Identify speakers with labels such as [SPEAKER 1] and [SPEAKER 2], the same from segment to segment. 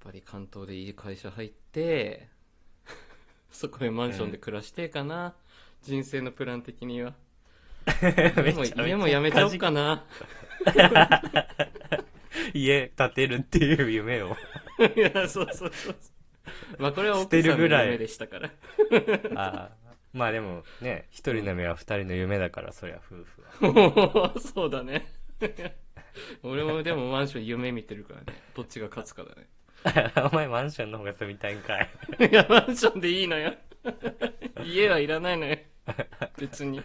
[SPEAKER 1] ぱり関東でいい会社入って そこでマンションで暮らしてえかな、人生のプラン的には
[SPEAKER 2] め
[SPEAKER 1] 家も
[SPEAKER 2] ちゃめちゃ
[SPEAKER 1] 家もやめちゃおうかな
[SPEAKER 2] 家建てるっていう 夢を。
[SPEAKER 1] いやそうそうそう まあこれは奥さ
[SPEAKER 2] 捨てる
[SPEAKER 1] んの
[SPEAKER 2] ぐらい
[SPEAKER 1] 夢でしたから
[SPEAKER 2] あーまあでもね、一人の夢は二人の夢だから、そりゃ夫婦は。
[SPEAKER 1] もうそうだね 俺もでもマンション夢見てるからねどっちが勝つかだね
[SPEAKER 2] お前マンションの方が住みたいんかい。
[SPEAKER 1] いやマンションでいいのよ 家はいらないのよ別に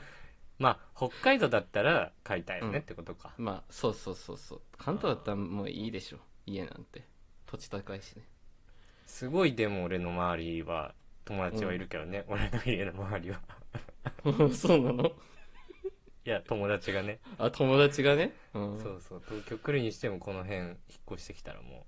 [SPEAKER 2] まあ、北海道だったら買いたいよねってことか。
[SPEAKER 1] まあそうそうそうそう関東だったらもういいでしょ家なんて土地高いしね
[SPEAKER 2] すごいでも俺の周りは友達はいるけどね、俺の家の周りは。
[SPEAKER 1] そうなの
[SPEAKER 2] いや、友達がね。
[SPEAKER 1] あ友達がね、うん、
[SPEAKER 2] そうそう、東京来るにしてもこの辺引っ越してきたらも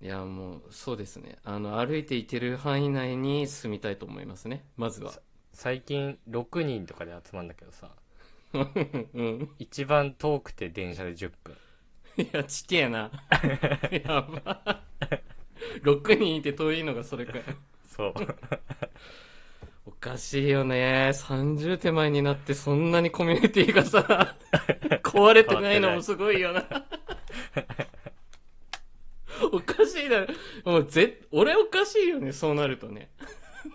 [SPEAKER 1] いやもうそうですねあの歩いて行ける範囲内に住みたいと思いますねまずは
[SPEAKER 2] そう、最近6人とかで集まるんだけどさ、
[SPEAKER 1] うん
[SPEAKER 2] 一番遠くて電車で10分。
[SPEAKER 1] いやちけえ なやば6人いて遠いのがそれかよ
[SPEAKER 2] そう。
[SPEAKER 1] おかしいよね30手前になってそんなにコミュニティが さ壊れてないのもすごいよなおかしいだろもうぜ俺おかしいよねそうなると ね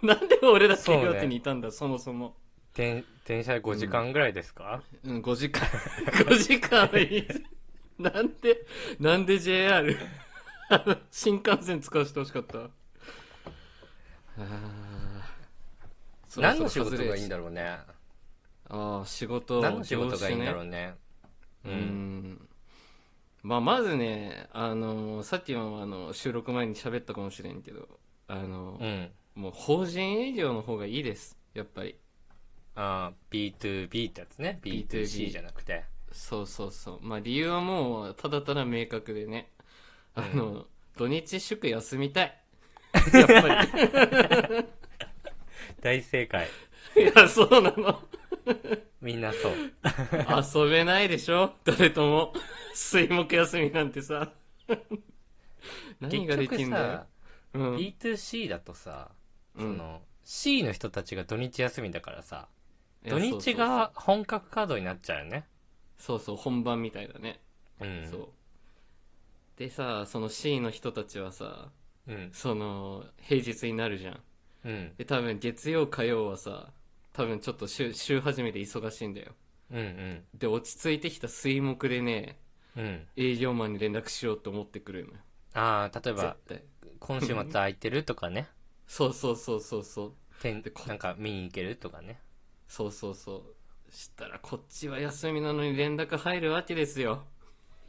[SPEAKER 1] なんで俺だけ岩手にいたんだそ,、もそも、
[SPEAKER 2] 電電車で5時間ぐらいですか、
[SPEAKER 1] うん、5時間 5時間はいいなんでなんで JR あの新幹線使わせてほしかったあー
[SPEAKER 2] 何の仕事がいい
[SPEAKER 1] ろ
[SPEAKER 2] んだろうね。
[SPEAKER 1] ああ仕事
[SPEAKER 2] 何の仕事がいいんだろ
[SPEAKER 1] 業
[SPEAKER 2] うね。
[SPEAKER 1] 種ねう。んまあまずねあのさっきもあの収録前に喋ったかもしれんけどあの、
[SPEAKER 2] うん。
[SPEAKER 1] もう法人営業の方がいいですやっぱり
[SPEAKER 2] ああ、B2B ってやつね。
[SPEAKER 1] B2B
[SPEAKER 2] B2C じゃなくて。
[SPEAKER 1] そうそうそうまあ理由はもうただただ明確でねあの、土日祝休みたい やっぱり
[SPEAKER 2] 大正解。
[SPEAKER 1] いやそうなの
[SPEAKER 2] みんなそう。
[SPEAKER 1] 遊べないでしょ誰とも水木休みなんてさ 何が
[SPEAKER 2] 結
[SPEAKER 1] でき
[SPEAKER 2] 局
[SPEAKER 1] んだよ
[SPEAKER 2] さ、
[SPEAKER 1] うん
[SPEAKER 2] B2C だとさ、
[SPEAKER 1] う
[SPEAKER 2] そ
[SPEAKER 1] ん
[SPEAKER 2] の、C の人たちが土日休みだからさ、
[SPEAKER 1] いや
[SPEAKER 2] 土日が本格稼働になっちゃうよね。
[SPEAKER 1] そうそうそうそう本番みたいだね、
[SPEAKER 2] うん。
[SPEAKER 1] そうでさその C の人たちはさ
[SPEAKER 2] うん。
[SPEAKER 1] その平日になるじゃん
[SPEAKER 2] うん。
[SPEAKER 1] で多分月曜火曜はさ多分ちょっと週週始めで忙しいんだよ
[SPEAKER 2] うんうん。
[SPEAKER 1] で落ち着いてきた水木でね
[SPEAKER 2] うん。
[SPEAKER 1] 営業マンに連絡しようと思ってくるのよ
[SPEAKER 2] ああ、例
[SPEAKER 1] 絶
[SPEAKER 2] えば、
[SPEAKER 1] 対
[SPEAKER 2] 今週末空いてると かね。
[SPEAKER 1] そうそうそうそうそう
[SPEAKER 2] てん
[SPEAKER 1] でこ
[SPEAKER 2] なんか見に行けるとかね。
[SPEAKER 1] そうそうそうしたらこっちは休みなのに連絡入るわけですよ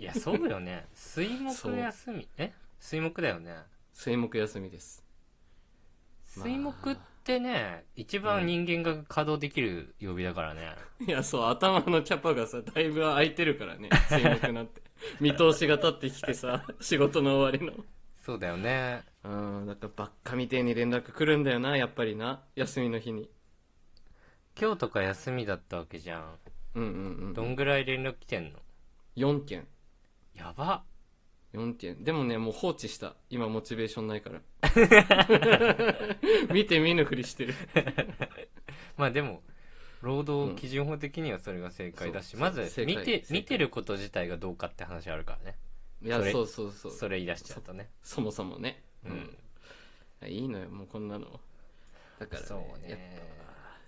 [SPEAKER 2] いや、そうよね。水
[SPEAKER 1] そう
[SPEAKER 2] 木休み。え水木だよね。
[SPEAKER 1] 水木休みですまあ
[SPEAKER 2] 水木ってね、一番人間が稼働できる曜日だからね。
[SPEAKER 1] いや、そう、頭のキャパがさ、だいぶ空いてる からね、水木なんて。見通しが立ってきて さ、仕事の終わりの。
[SPEAKER 2] そうだよね。
[SPEAKER 1] うん、だからばっかみてえに連絡来るんだよな、やっぱりな。休みの日に。
[SPEAKER 2] 今日とか休みだったわけじゃん。
[SPEAKER 1] うんうんう
[SPEAKER 2] ど
[SPEAKER 1] ん。
[SPEAKER 2] んぐらい連絡来てんの
[SPEAKER 1] 4件。
[SPEAKER 2] やば。
[SPEAKER 1] 4件。でもね、もう放置した。今、モチベーションない から。見て見ぬふりしてる。
[SPEAKER 2] まあでも、労働基準法的にはそれが正解だし、
[SPEAKER 1] うん
[SPEAKER 2] ま
[SPEAKER 1] そう
[SPEAKER 2] ず
[SPEAKER 1] そう
[SPEAKER 2] 見
[SPEAKER 1] 正解
[SPEAKER 2] て
[SPEAKER 1] 正、解
[SPEAKER 2] 見てること自体がどうかって話あるからね。
[SPEAKER 1] いや、
[SPEAKER 2] それ
[SPEAKER 1] そうそうそう。
[SPEAKER 2] それ言い出しちゃうとね。
[SPEAKER 1] そもそもね。
[SPEAKER 2] うん
[SPEAKER 1] うん。いいのよ、もうこんなの。だから、
[SPEAKER 2] そう
[SPEAKER 1] やっ
[SPEAKER 2] ね。
[SPEAKER 1] ぱ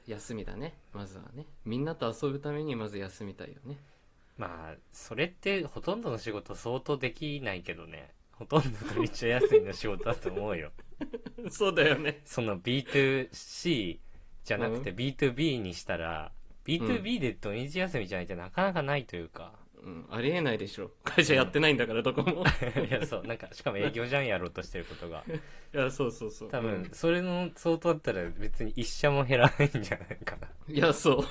[SPEAKER 1] 休みだね、まずはね。みんなと遊ぶために、まず休みたいよね。
[SPEAKER 2] まあ、それってほとんどの仕事相当できないけどね。ほとんど土日休みの仕事だと思うよ。
[SPEAKER 1] そうだよね。
[SPEAKER 2] その B2C じゃなくて
[SPEAKER 1] う
[SPEAKER 2] B2B にしたら、B2B で土日休みじゃないってなかなかないというか。
[SPEAKER 1] うん、ありえないでしょ。会社やってないんだから、どこも。
[SPEAKER 2] いや、そう、なんか、しかも営業じゃんやろうとしてることが。
[SPEAKER 1] いや、そうそうそう。
[SPEAKER 2] 多分、それの相当だったら別に一社も減らないんじゃないかな。
[SPEAKER 1] うん。いや、そう。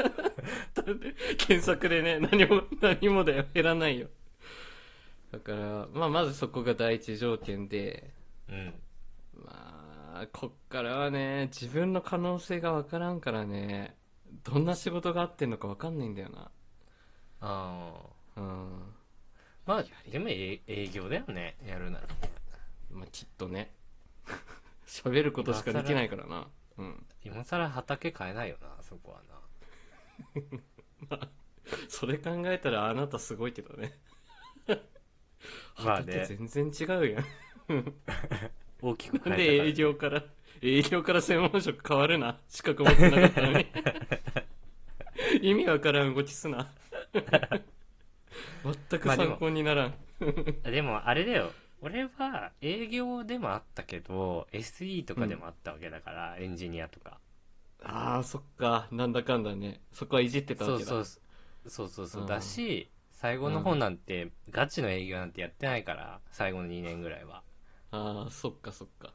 [SPEAKER 1] だって検索でね、何も、何もだよ。減らないよ。だから、まあ、まずそこが第一条件で、
[SPEAKER 2] うん。
[SPEAKER 1] まあ、こっからはね、自分の可能性がわからんからね、どんな仕事があってんのかわかんないんだよな。
[SPEAKER 2] あ
[SPEAKER 1] う
[SPEAKER 2] あ。
[SPEAKER 1] ん。
[SPEAKER 2] まあ、でも営営業だよね、やるなら。
[SPEAKER 1] まあ、きっとね 喋ることしかできないからなうん
[SPEAKER 2] 今更畑買えないよなそこはな
[SPEAKER 1] それ考えたらあなたすごいけどね
[SPEAKER 2] まあ
[SPEAKER 1] 畑
[SPEAKER 2] ね
[SPEAKER 1] 全然違うやん
[SPEAKER 2] 大きく
[SPEAKER 1] な
[SPEAKER 2] 変
[SPEAKER 1] ん
[SPEAKER 2] え
[SPEAKER 1] で営業から、営業から専門職変わるな。資格持ってなかった のに。意味わからん動きすな。全く
[SPEAKER 2] まあでも
[SPEAKER 1] 参考にならん。
[SPEAKER 2] あでもあれだよ俺は営業でもあったけど SE とかでもあったわけだから、エンジニアとか
[SPEAKER 1] ああ、そっか。なんだかんだね。そこはいじってた
[SPEAKER 2] そ
[SPEAKER 1] わ
[SPEAKER 2] う
[SPEAKER 1] けだ。
[SPEAKER 2] そうそうそうそう
[SPEAKER 1] うん
[SPEAKER 2] だし最後の方なんて、ガチの営業なんてやってないから最後の2年ぐらいは
[SPEAKER 1] ああ、そっかそっか。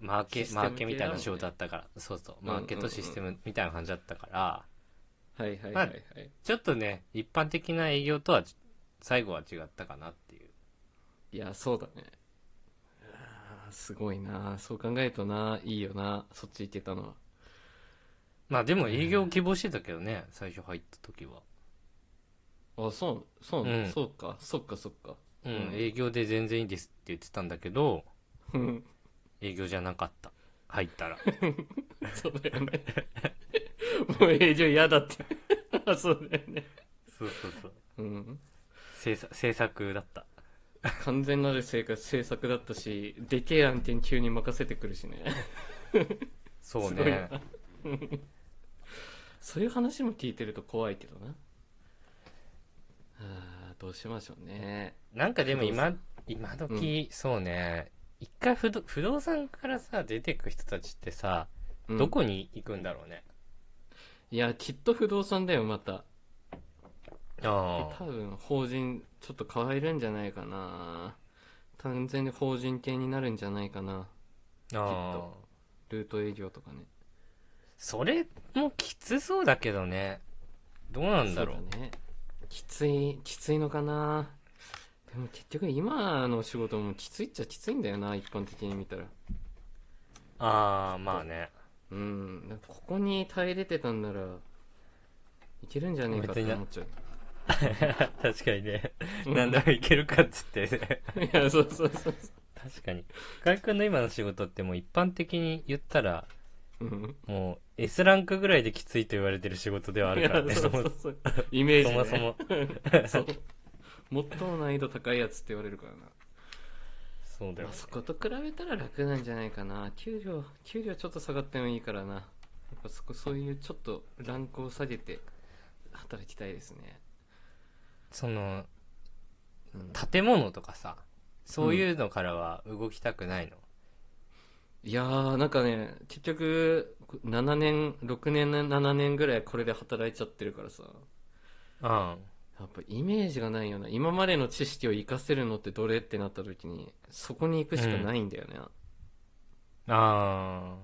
[SPEAKER 2] マーケ
[SPEAKER 1] システ
[SPEAKER 2] マ
[SPEAKER 1] ム
[SPEAKER 2] ーケみた
[SPEAKER 1] 系
[SPEAKER 2] い
[SPEAKER 1] だもん
[SPEAKER 2] な
[SPEAKER 1] ね
[SPEAKER 2] 仕事だったから、そうそう
[SPEAKER 1] うんうん
[SPEAKER 2] マ
[SPEAKER 1] うん
[SPEAKER 2] ーケとシステムみたいな感じだったから、
[SPEAKER 1] はいはいはいはい。
[SPEAKER 2] ちょっとね一般的な営業とはち最後は違ったかなっていう
[SPEAKER 1] いや、そうだね。あーすごいな。そう考えるとな、いいよな。そっち行けたのは。
[SPEAKER 2] まあでも営業希望してたけどね、最初入った時は
[SPEAKER 1] あ、そう、そう、
[SPEAKER 2] うん
[SPEAKER 1] そうか。そっかそっ か。
[SPEAKER 2] うん、
[SPEAKER 1] うん
[SPEAKER 2] 営業で全然いいですって言ってたんだけど
[SPEAKER 1] うん
[SPEAKER 2] 営業じゃなかった入ったら
[SPEAKER 1] そうだよね。もう営業嫌だって。 あ、そうだよね。
[SPEAKER 2] そうそうそう
[SPEAKER 1] うん。
[SPEAKER 2] 制作制作だった
[SPEAKER 1] 完全なる生活、制作だったし、でけえ案件急に任せてくるしね。
[SPEAKER 2] そう
[SPEAKER 1] すごい
[SPEAKER 2] ね
[SPEAKER 1] なそういう話も聞いてると怖いけどな。あーどうしましょうね。
[SPEAKER 2] なんかでも
[SPEAKER 1] 不
[SPEAKER 2] 今今時、そうね一回不動不動産からさ出てく人たちってさ、
[SPEAKER 1] うん
[SPEAKER 2] どこに行くんだろうね
[SPEAKER 1] いや、きっと不動産だよ、また。
[SPEAKER 2] あ
[SPEAKER 1] 多分、法人、ちょっと変えるんじゃないかな。完全に法人系になるんじゃないかな。
[SPEAKER 2] あ
[SPEAKER 1] とルート営業とかね。
[SPEAKER 2] それもきつそうだけどねどうなんだろう
[SPEAKER 1] そうねきついきついのかなでも結局今の仕事もきついっちゃきついんだよな一般的に見たら
[SPEAKER 2] ああまあね
[SPEAKER 1] うんなんかここに耐えれてたんならいけるんじゃねえかって思っちゃう
[SPEAKER 2] 確かに ね
[SPEAKER 1] うん
[SPEAKER 2] 何でもいけるかっつってね
[SPEAKER 1] いやそうそうそう
[SPEAKER 2] 確かに深井君の今の仕事ってもう一般的に言ったら
[SPEAKER 1] そううん
[SPEAKER 2] もう S ランクぐらいできついと言われてる仕事ではあ
[SPEAKER 1] い
[SPEAKER 2] る
[SPEAKER 1] や
[SPEAKER 2] からね
[SPEAKER 1] そ
[SPEAKER 2] そう
[SPEAKER 1] そ
[SPEAKER 2] も
[SPEAKER 1] うそうイメージ、
[SPEAKER 2] そ
[SPEAKER 1] ね、
[SPEAKER 2] もそも
[SPEAKER 1] そう最も難易度高いやつって言われるからな
[SPEAKER 2] そうだよ
[SPEAKER 1] まあ、そこと比べたら楽なんじゃないかな給料給料ちょっと下がってもいいからなやっぱそこそういうちょっとランクを下げて働きたいですね、
[SPEAKER 2] その
[SPEAKER 1] うん
[SPEAKER 2] 建物とかさそういうのからは動きたくないの、
[SPEAKER 1] いやーなんかね結局7年6年7年ぐらいこれで働いちゃってるからさ
[SPEAKER 2] あ
[SPEAKER 1] やっぱイメージがないよな今までの知識を活かせるのってどれってなった時にそこに行くしかないんだよね、
[SPEAKER 2] ああ